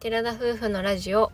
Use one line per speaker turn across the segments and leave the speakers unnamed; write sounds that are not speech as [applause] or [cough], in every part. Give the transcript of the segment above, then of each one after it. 寺田夫婦のラジオ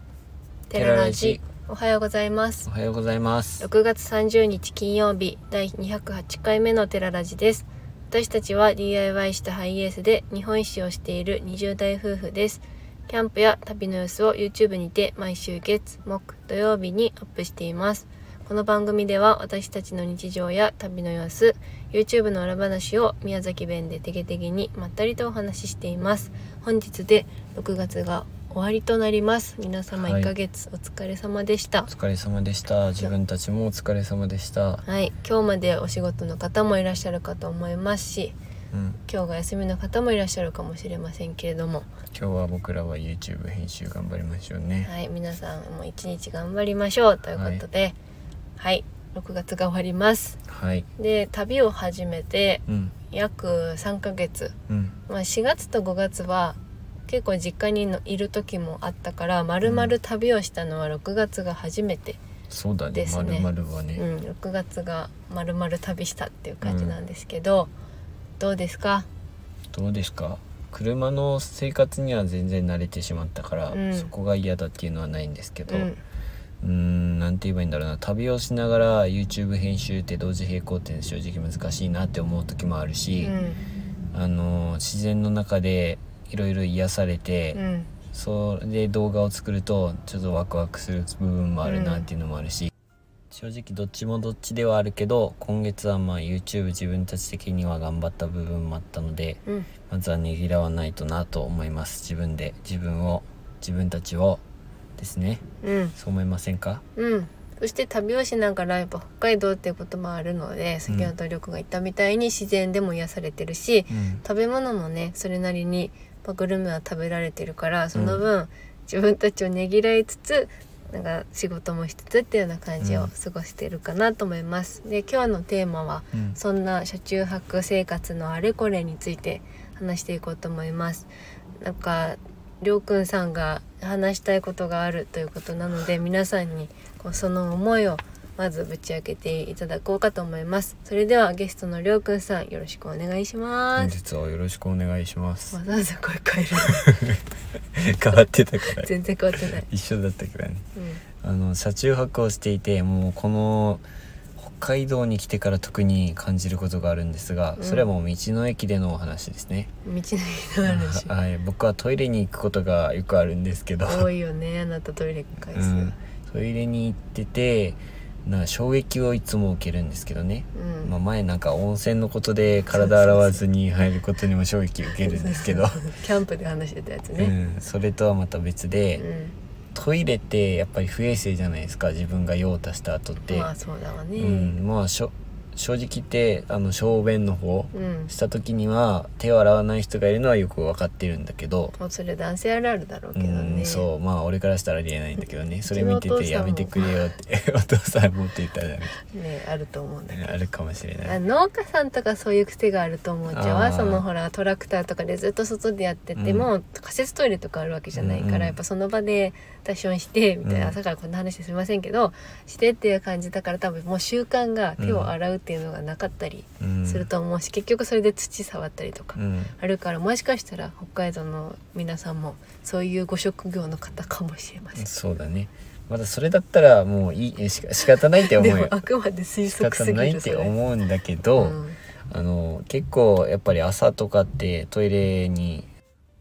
寺
寺ラ
ラ
ジ
ジ
おはようございます
おはようございます。
6月30日金曜日第208回目の寺ラジです私たちは DIY したハイエースで日本一周をしている20代夫婦ですキャンプや旅の様子を YouTube にて毎週月木土曜日にアップしていますこの番組では私たちの日常や旅の様子 YouTube の裏話を宮崎弁でてげてげにまったりとお話ししています本日で6月が終わりとなります皆様
はい
1ヶ月お疲れ様でした
お疲れ様でした。自分たちもお疲れ様でした。
はい、今日までお仕事の方もいらっしゃるかと思いますし
うん、
今日が休みの方もいらっしゃるかもしれませんけれども、
今日は僕らは YouTube 編集頑張りましょうね。
はい、皆さんも一日頑張りましょうということで、はい、6月が終わります。
はい。
で旅を始めて
うん、
約3ヶ月、
うん、
まあ、4月と5月は結構実家にのいる時もあったからまるまる旅をしたのは6月が初めて、
そうだ
で
ね。
す
ま
ね
るまるは
う
ね。
ん、6月がまるまる旅したっていう感じなんですけど、どうですか
どうですか。車の生活には全然慣れてしまったから、
うん
そこが嫌だっていうのはないんですけど、
う
うん
ん、
ーんなんて言えばいいんだろうな旅をしながら YouTube 編集って同時並行って正直難しいなって思う時もあるし、あの自然の中でいろいろ癒されて、
うんうん
それで動画を作るとちょっとワクワクする部分もあるなっていうのもあるし、正直どっちもどっちではあるけど今月はまあ YouTube 自分たち的には頑張った部分もあったので
うん
まずはねぎらわないとなと思います自分で自分を自分たちをですね
うん、
そう思いませんか
うん、そして旅をしながらやっぱ北海道っていうこともあるので先ほどりょうくんが言ったみたいに自然でも癒されてるし、
うん
食べ物もねそれなりにまあグルメは食べられてるからその分、自分たちをねぎらいつつなんか仕事もしつつっていうような感じ
う
を
ん
過ごしてるかなと思います。で今日のテーマは
うん
そんな車中泊生活のあれこれについて話していこうと思います。なんかりょうくんさんが話したいことがあるということなので皆さんにこうその思いをまずぶち明けていただこうかと思います。それではゲストのりょうくんさんよろしくお願いしま
本
す。
日はよろしくお願いします
わざわざ声変える
[laughs] 変わってたから
全然変わってない。
一緒だったからね
うん
あの車中泊をしていてもうこの北海道に来てから特に感じることがあるんですが、
うん
それはもう道の駅でのお話ですね、
道のりの話
あ [laughs] はい、僕はトイレに行くことがよくあるんですけど、
[laughs] 多いよねあなたトイレ回
う
数。
ん、トイレに行っててな衝撃をいつも受けるんですけどね、
うん
まあ、前なんか温泉のことで体洗わずに入ることにも衝撃を受けるんですけど、
[laughs] キャンプで話してたやつ
う
ね。
ん、それとはまた別で、
うん
トイレってやっぱり不衛生じゃないですか自分が用を足した後って。
まあそうだわね。
うん、まあしょ正直言ってあの小便の方
うん
した時には手を洗わない人がいるのはよく分かってるんだけど、
もうそれ男性あるあるだろうけど
う
ね
んそうまあ俺からしたらありえないんだけ
[laughs]
どねそれ
うちの
見
お
て
父さんも
てやめてくれよってお父さん持って言ったら
ねあると思うんだけど、
あるかもしれな
あ
い。
農家さんとかそういう癖があると思うじゃ
あ
わ
ー
そのほらトラクターとかでずっと外でやってて、
うん
もう仮設トイレとかあるわけじゃないから、
うんうん
やっぱその場で出し音してみたいな、
うん
朝からこんな話すいませんけどしてっていう感じだから多分もう習慣が手を洗うっていうのがなかったり
うん
すると思うし、結局それで土触ったりとか。
うん
あるからもしかしたら北海道の皆さんもそういうご職業の方かもしれません。
そうだねまだそれだったらもういいえしか仕方ないって思
で
う
も
よ
あくまで推
仕
測す
方
ぎる
ないって
それ
思うんだけど、
うん
あの結構やっぱり朝とかってトイレに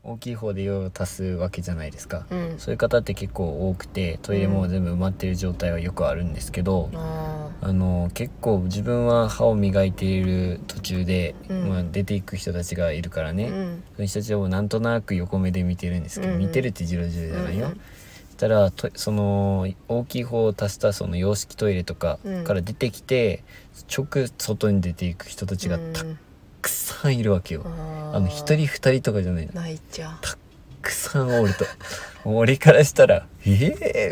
大きい方で用を足すわけじゃないですか、
うん
そういう方って結構多くてトイレも全部埋まってる状態はよくあるんですけど、
あ
あの結構自分は歯を磨いている途中で、
うん
まあ、出ていく人たちがいるから
ーう
ね、
ん
その人たちをなんとなく横目で見てるんですけど、
うん
見てるってジロジロじゃないよ、
うん
そしたらとその大きい方を足したその洋式トイレとかから出てきて、直外に出ていく人たちがた
うん
たくさんいるわけよ、
あー
あの一人二人とかじゃないのた
泣いちゃう
くさんおるともう俺からしたら「え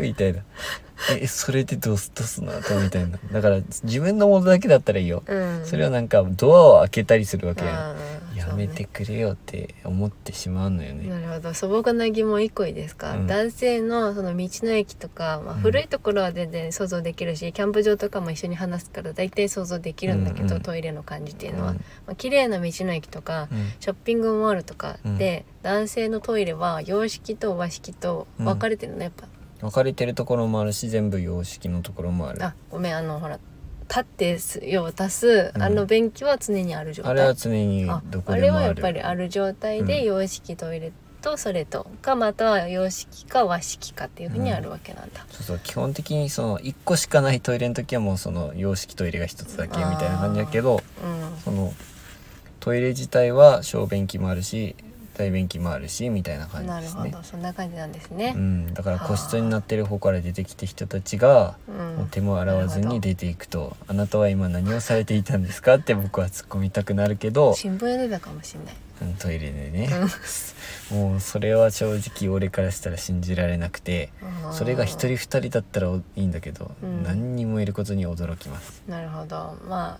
えー!」みたいな「えそれでどうすどうすんの?」みたいなだから自分のものだけだったらいいよ、
うん
それはなんかドアを開けたりするわけやん
あー
いや
そう
めてくれよって思ってしまうのよね。
なるほど素朴な疑問1個いいですか、
うん
男性のその道の駅とか、まあ、
うん
古いところは全然想像できるし、キャンプ場とかも一緒に話すから大体想像できるんだけ
うん
ど、
うん
トイレの感じっていう
う
のは、
ん
まあ綺麗な道の駅とか
うん
ショッピングモールとかで、男性のトイレは洋式と和式と分かれてるのやっぱ、
分かれてるところもあるし全部様式のところもあるあ
あごめんあのほら立ってす用を足す、
うん
あの便器は常にある状態
れは常に
あ
どこ
あ
で
れ
も
はや
あ
っぱり
る
ある状態で
うん
洋式トイレとそれとかまたは洋式か和式かっていうふうにあるわけなんだ、
そうそう基本的にその1個しかないトイレの時はもうその様式トイレが1つだけみたいな感じだけど
うん
そのトイレ自体は小便器もあるし大便器もあるしみたいな感じ
な
で
る
す
ほ
ね
どそんな感じなんですね
う、ん、だから個室になってる方から出てきた人たちが
うん
もう手も洗わ
な
ず
る
に
ほど
出ていくと「あなたは今何をされていたんですか?」って僕は突っ込みたくなるけど
新聞読んでたかもしれない
うんトイレでね、 [laughs] もうそれは正直俺からしたら信じられなくて
あー
それが一人二人だったらおいいんだけど、
うん
何人もいることに驚きます。
なるほどまあ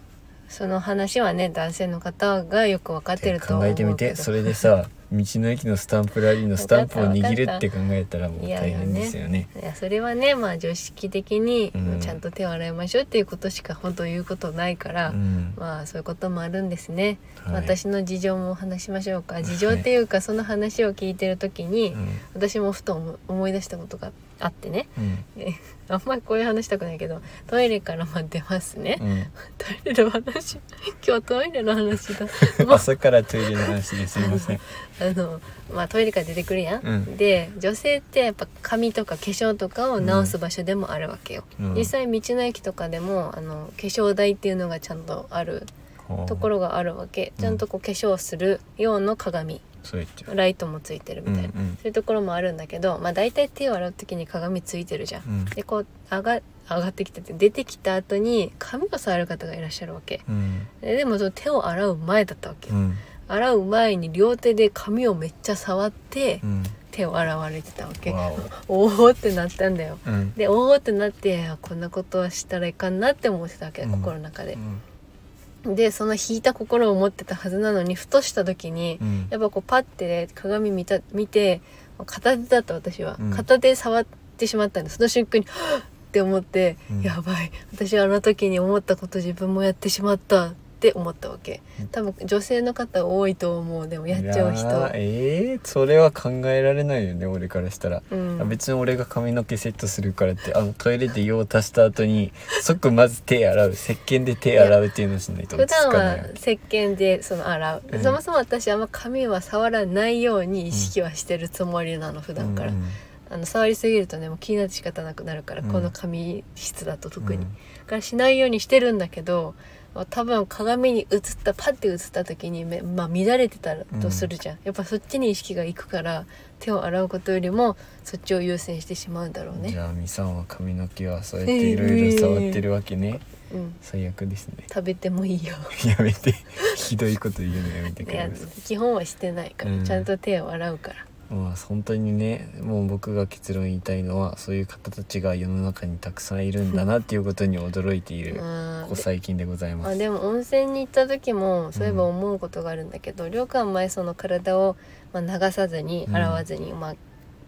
その話はね男性の方がよく分かってると思う
考え
け
て
ど
みてそれ
[laughs]
でさ道の駅のスタンプラリーのスタンプを握るって考えたらもう大変ですよね。
いやそれはねまあ常識的に
うん
ちゃんと手を洗いましょうっていうことしか本当言うことないから、
うん
まあそういうこともあるんですね、
はい
私の事情もお話しましょうか
い
事情っていうかその話を聞いてる時に、
うん
私もふと思思い出したことがあってね
うん
えあんまりこういう話したくないけどトイレから待ってますね、
うん
トイレの話 [laughs] 今日トイレの話だ [laughs] もう
朝からトイレの話ですいません。
あのまあトイレから出てくるやん、
うん
で女性ってやっぱ髪とか化粧とかを直す場所でもあるわけよ、
うん
実際道の駅とかでもあの化粧台っていうのがちゃんとある [laughs] とこ
ろ
ろがあるわけ、
うん
ちゃんとこう化粧する用の鏡
そう言っちゃう。
ライトもついてるみたいな、
うんうん
そういうところもあるんだけどまあ大体手を洗う時に鏡ついてるじゃん。
うん
でこう上が上がってきてて出てきた後に髪を触る方がいらっしゃるわけ
うん
ででもその手を洗う前だったわけ、
うん
洗う前に両手で髪をめっちゃ触って
うん
手を洗われてたわけ、
わ
おおってなったんだよ
おうん
でおおってなってあこんなことはしたらいかんなって思ってたわけ、
うん
心の中で
う、ん
でその引いた心を持ってたはずなのにふとした時に、
うん
やっぱこうパッて鏡見た見て片手だった私は、
うん
片手触ってしまったんでその瞬間に「はっ!」って思って、
うん
やばい私はあの時に思ったこと自分もやってしまったって思ったわけ多分女性の方多いと思うでもやっちゃう
い
人
やーえーそれは考えられないよね俺からしたら、
うん
別に俺が髪の毛セットするからってあのトイレで用を足した後に即まず手洗う石鹸で手洗うっていうのをしないと
普
落ち
段
着かない
は
わけ
石鹸でその洗う、
うん
そもそも私あんま髪は触らないように意識はしてるつもりなの普段から、
うんうん
あの触りすぎるとねもう気になって仕方なくなるから、
うん
この髪質だと特に、
うん
だからしないようにしてるんだけど多分鏡に映ったパッて映った時にめ、まあ、乱れてたとするじゃん、やっぱそっちに意識がいくから手を洗うことよりもそっちを優先してしまうんだろう
じ
ね、
ゃあみさんは髪の毛はそうやっていろいろ触ってるわけね、
うん、
最悪ですね [laughs]
食べてもいいよ
やめて [laughs] ひどいこと言うのやめてく
い
れ
や
ます
基本はしてないから、
うん
ちゃんと手を洗うから
まあ本当にねもう僕が結論言いたいのはそういう方たちが世の中にたくさんいるんだなっていうことに驚いている
う
こ
ん
こ最近でございま
あ
す。
でも温泉に行った時もそういえば思うことがあるんだけど、旅館前その体を、まあ、流さずに
うん
洗わずに、まあ、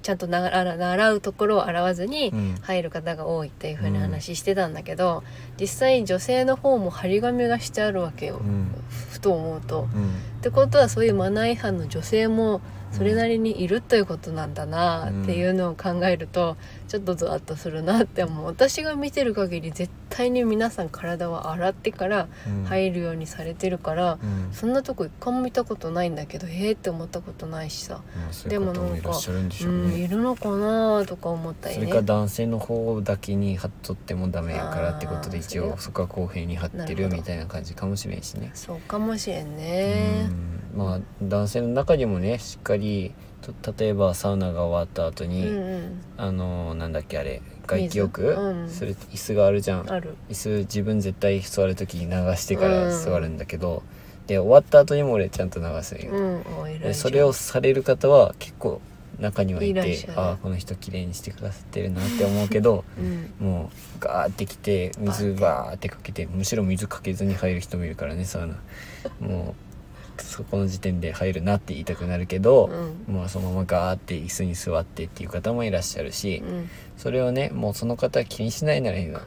ちゃんとな洗洗うところを洗わずに
うん
入る方が多いっていうふうに話してたんだけど、実際女性の方も張り紙がしてあるわけよ、
うん
ふと思うと。
うん
ってことはそういうマナー違反の女性もそれなりにいるということなんだなっていうのを考えるとちょっとゾワッとするなって思う私が見てる限り絶対に皆さん体は洗ってから
うん
入るようにされてるから
うん
そんなとこ一回も見たことないんだけどへえって思ったことないしさ、
まあそういう方もいらっしゃるんでし
う、
ょうんね。
いるのかなとか思ったり
そ
ね
れか男性の方だけに貼っとってもダメやからってことで
あー
一応そこは公平に貼って
なる
る
ほど
みたいな感じかもしれんしね。
そうかもしれんね
うんまあ男性の中にもねしっかりと例えばサウナが終わった後
うん
に、
うん
あのーなんだっけあれ外気浴、
水うん
する椅子があるじゃん
ある
椅子自分絶対座る時に流してから
うん
座るんだけど、で終わった後にも俺ちゃんと流すんよ、
うんお偉いじゃ
で
ん
それをされる方は結構中にはい
いらってしゃる
ああこの人綺麗にしてくださってるなって思うけ
[laughs]
ど
うん
もうガーってきて水バーってかけてむしろ水かけずに入る人もいるからねサウナもうそこの時点で入るなって言いたくなるけど、
うん
まあそのままガーって椅子に座ってっていう方もいらっしゃるし、
うん
それをねもうその方は気にしないならいいの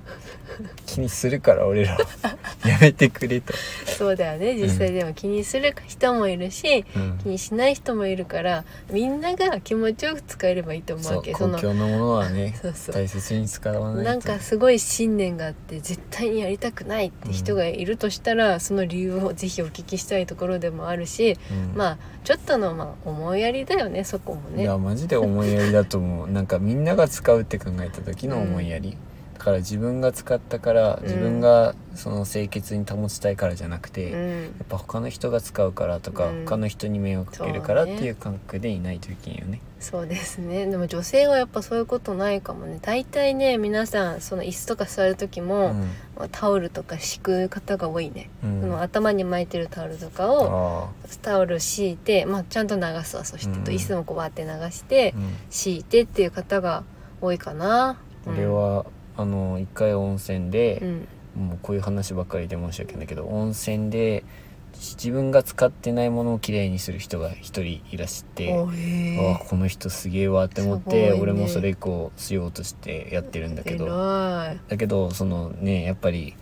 気にするから俺らは [laughs] やめてくれと、
そうだよね実際でも気にする人もいるし、
うん
気にしない人もいるからみんなが気持ちよく使えればいいと思う
そ
わ
う
け
公
その
共のものはね
そうそう
大切に使わないと
なんかすごい信念があって絶対にやりたくないって人がいるとしたら、その理由をぜひお聞きしたいところでもあるし、
うん
まあちょっとのまあ思いやりだよねそこも
い
ね
やマジで思いやりだと思う [laughs] なんかみんなが使うって考えた時の思いやり、だから自分が使ったから
うん
自分がその清潔に保ちたいからじゃなくて、
う
や
ん
っぱ他の人が使うからとか、
うん
他の人に迷惑かけるからっ
そうね
ていう感覚でいないといけんよね
そうですねでも女性はやっぱそういうことないかもね大体ね皆さんその椅子とか座る時も、まあタオルとか敷く方が多いね、
うん
その
あ
頭に巻いてるタオルとかを
あ
タオル敷いて、まあ、ちゃんと流すわそして、
うん
と椅子もこうバーって流して、
うん
敷いてっていう方が多いかな。うん
俺、はあの一回温泉
う
で、
ん、
もうこういう話ばっかりで申し訳ないけど温泉で自分が使ってないものをきれいにする人が一人いらして
おへ
わあ
え
この人すげえわって思っ
すごい
て、
ね
俺もそれ以降しようとしてやってるんだけど
偉い
だけどそのねやっぱり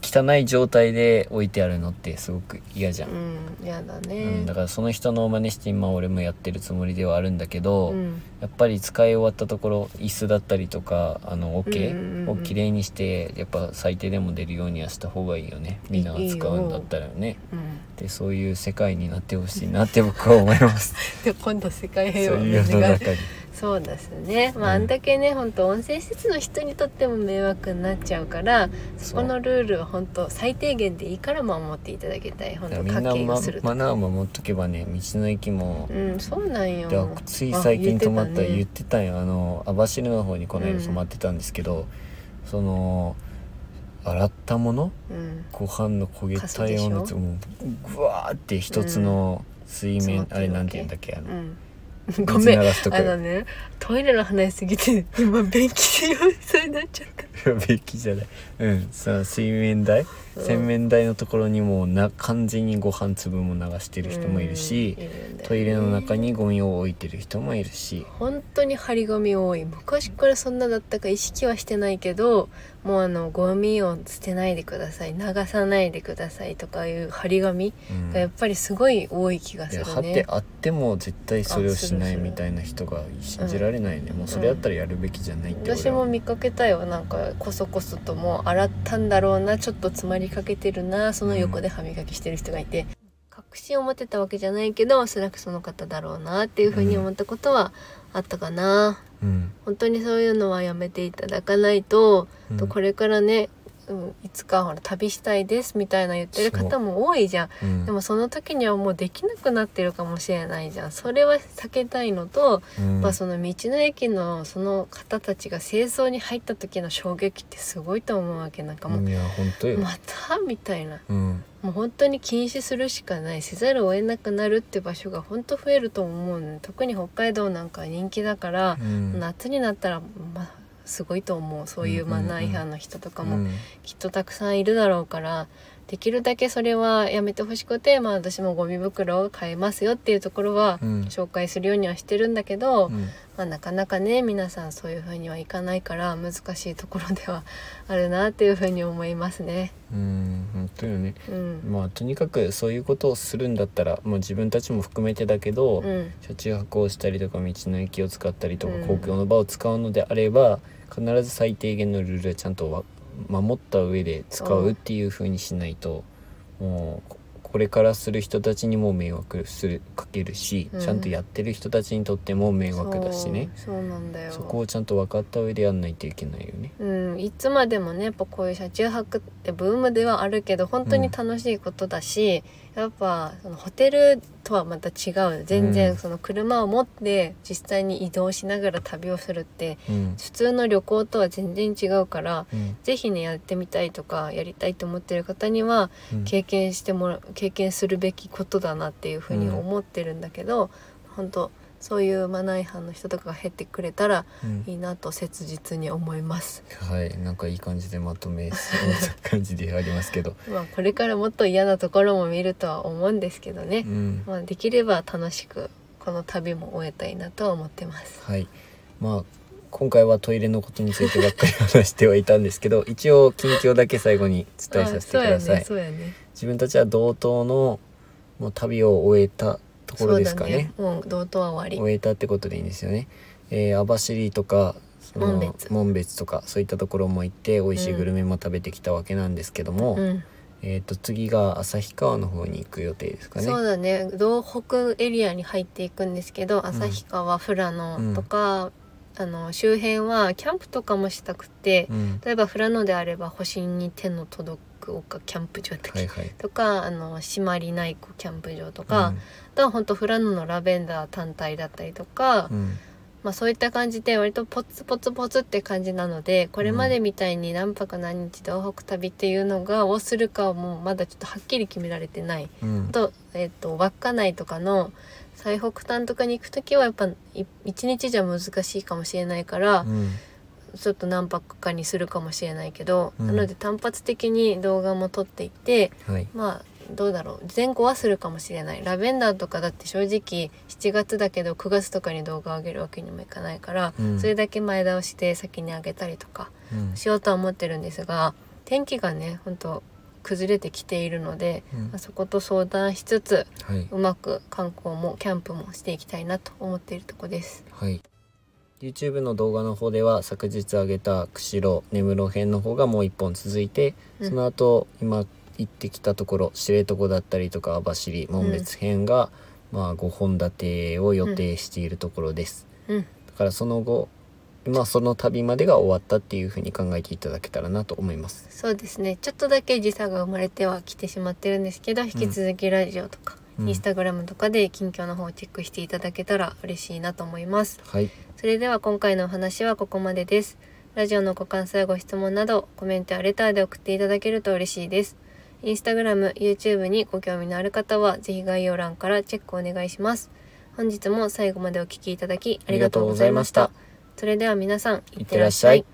汚い状態で置いてあるのってすごく嫌じゃん、
うんやだ
う
ね、
ん、だからその人の真似して今俺もやってるつもりではあるんだけど、
うん
やっぱり使い終わったところ椅子だったりとかあ
う
の
んうんうん
桶
う
を
ん
きれいにしてやっぱ最低でも出るようにはした方がいいよねみんなが使うんだったらね
うん [laughs]
でそういう世界になってほしいなって [laughs] 僕は思います
[laughs] で今度世界
そう
平和を
いう世の
願う
中に。
そうですね、まあ、あ
うん
んだけね本当温泉施設の人にとっても迷惑になっちゃうからそこのルールは本当最低限でいいから守っていただきたい本
だから
当
み
家計
んな、ま
をする、と
マナーも持っとけばね道の駅も、
うんそうなん
で
よ
つい最近泊まった
あ
言っ
言って
たんよあの網走の方にこの間
うん
泊まってたんですけど、その洗ったもの
たね
ご飯の焦げたようなや
カスでし
つ
ょ
もうぐわーって一つの水面、
うん
あれなんて言うんだっけあ
う
の、
ん、うん、 [laughs] ごめん
水流すとこ
あのねトイレの話しすぎて今便器で用意されになっちゃった
[laughs] べきじゃないうんその水面台、
うん
洗面台のところにもうな完全にご飯粒も流してる人もいるし、
うんいるんだよね
トイレの中にゴミを置いてる人もいるし、
本当に張り紙多い昔からそんなだったか意識はしてないけどもうあのゴミを捨てないでください流さないでくださいとかいう張り紙
うん
がやっぱりすごい多い気が
い
す
や
る
貼っ
ね
て。あっても絶対それをしな
あす
い
るする
みたいな人が信じられないね、もうそれだったらやるべきじゃないって
私も見
て
かけたよなんかこそこそともう洗ったんだろうなちょっと詰まりかけてるなその横で歯磨きしてる人がいて、確信を持てたわけじゃないけどおそらくその方だろうなっていうふうに思ったことはあったかな、
うん、
本当にそういうのはやめていただかないと
うん
とこれからね、うん、いつかほら旅したいですみたいな言ってる方も多いじゃん、
うん
でもその時にはもうできなくなってるかもしれないじゃんそれは避けたいのと、
うん
まあその道の駅のその方たちが清掃に入った時の衝撃ってすごいと思うわけなんかもう、
いや本当よ、
またみたいな
うん
もう本当に禁止するしかないせざるを得なくなるって場所が本当増えると思うね特に北海道なんかは人気だから
う、ん
夏になったらまあすごいと思うそういうマナー違反の人とかも
うん
きっとたくさんいるだろうからできるだけそれはやめてほしくて、まあ、私もゴミ袋を買えますよっていうところは
うん
紹介するようにはしてるんだけど、
うん
まあ、なかなかね皆さんそういう風にはいかないから難しいところでは [laughs] あるなっていう風に思いますね。
うん本当よね
うん、
まあとにかくそういうことをするんだったらもう自分たちも含めてだけど、
うん
車中泊をしたりとか道の駅を使ったりとか
うん
公共の場を使うのであれば、必ず最低限のルールはちゃんとわ守った上で使うっていう風にしないともうここれからする人たちにも迷惑するかけるし、
うん
ちゃんとやってる人たちにとっても迷惑だしね
そうそうなんだよ
そこをちゃんと分かった上でやんないといけないよね。
うん、いつまでもねやっぱこういう車中泊ってブームではあるけど本当に楽しいことだし、やっぱそのホテルとはまた違う全
う
然
ん
その車を持って実際に移動しながら旅をするって
うん
普通の旅行とは全然違うから
うん
是非ねやってみたいとかやりたいと思ってる方には
うん
経験してもら経験するべきことだなっていうふうに思ってるんだけど、本当そういうマナー違反の人とかが減ってくれたら
うん
いいなと切実に思います。
はいなんかいい感じでまとめそうな感じであります
[laughs]
けど、
まあこれからもっと嫌なところも見るとは思うんですけどね
う。ん、
まあできれば楽しくこの旅も終えたいなとは思ってます。
はいまあ今回はトイレのことについてばっかり話してはいたんですけど一応近況だけ最後に伝えさせてください、
あそうやね。そうやね。
自分たちは同等のもう旅を終えたところですかね
そうだね。もう同等は終わ
終えたってことでいいんですよね、えー網走とかその
紋別
紋別とかそういったところも行って美味しいグルメも食べてきたわけなんですけども、
り。うん。
えー、と次が旭川の方に行く予定ですかね
そうだね道北エリアに入っていくんですけど旭川富良野とか、あの周辺はキャンプとかもしたくて、
うん、
例えば富良野であれば星に手の届く丘キャンプ場だっけ、
はいはい
とかあの締まりない湖キャンプ場とか、
うん
あとは本当富良野のラベンダー単体だったりとか、
うん
まあ、そういった感じで割とポツポツポツって感じなのでこれまでみたいに何泊何日道北旅っていうのがをするかはもうまだちょっとはっきり決められてない。
うん
あと,、えっと稚内とかの最北端とかに行く時はやっぱい一日じゃ難しいかもしれないから
う、ん
ちょっと何泊かにするかもしれないけど、
うん
なので単発的に動画も撮っていって
はい
まあどうだろう前後はするかもしれないラベンダーとかだって正直7月だけど9月とかに動画上げるわけにもいかないから、
うん
それだけ前倒しで先に上げたりとか
うん
しようとは思ってるんですが天気がねほんと崩れてきているので、
うん
まあそこと相談しつつ
はいう
まく観光もキャンプもしていきたいなと思っているとこです。
はい。YouTube の動画の方では昨日上げた釧路根室編の方がもう一本続いて、
うん
その後今行ってきたところ知床だったりとか網走紋別編が、まあ5本立てを予定しているところです、
うん
だからその後まあその旅までが終わったっていうふうに考えていただけたらなと思います
そうですねちょっとだけ時差が生まれてはきてしまってるんですけど引き続きラジオとか、
うん
インスタグラムとかで近況の方をチェックしていただけたら嬉しいなと思います
はい
それでは今回のお話はここまでですラジオのご感想やご質問などコメントやレターで送っていただけると嬉しいですインスタグラム YouTube にご興味のある方はぜひ概要欄からチェックお願いします本日も最後までお聞きいただきありがとうございました
ありがとう
それでは皆さん
いってらっしゃい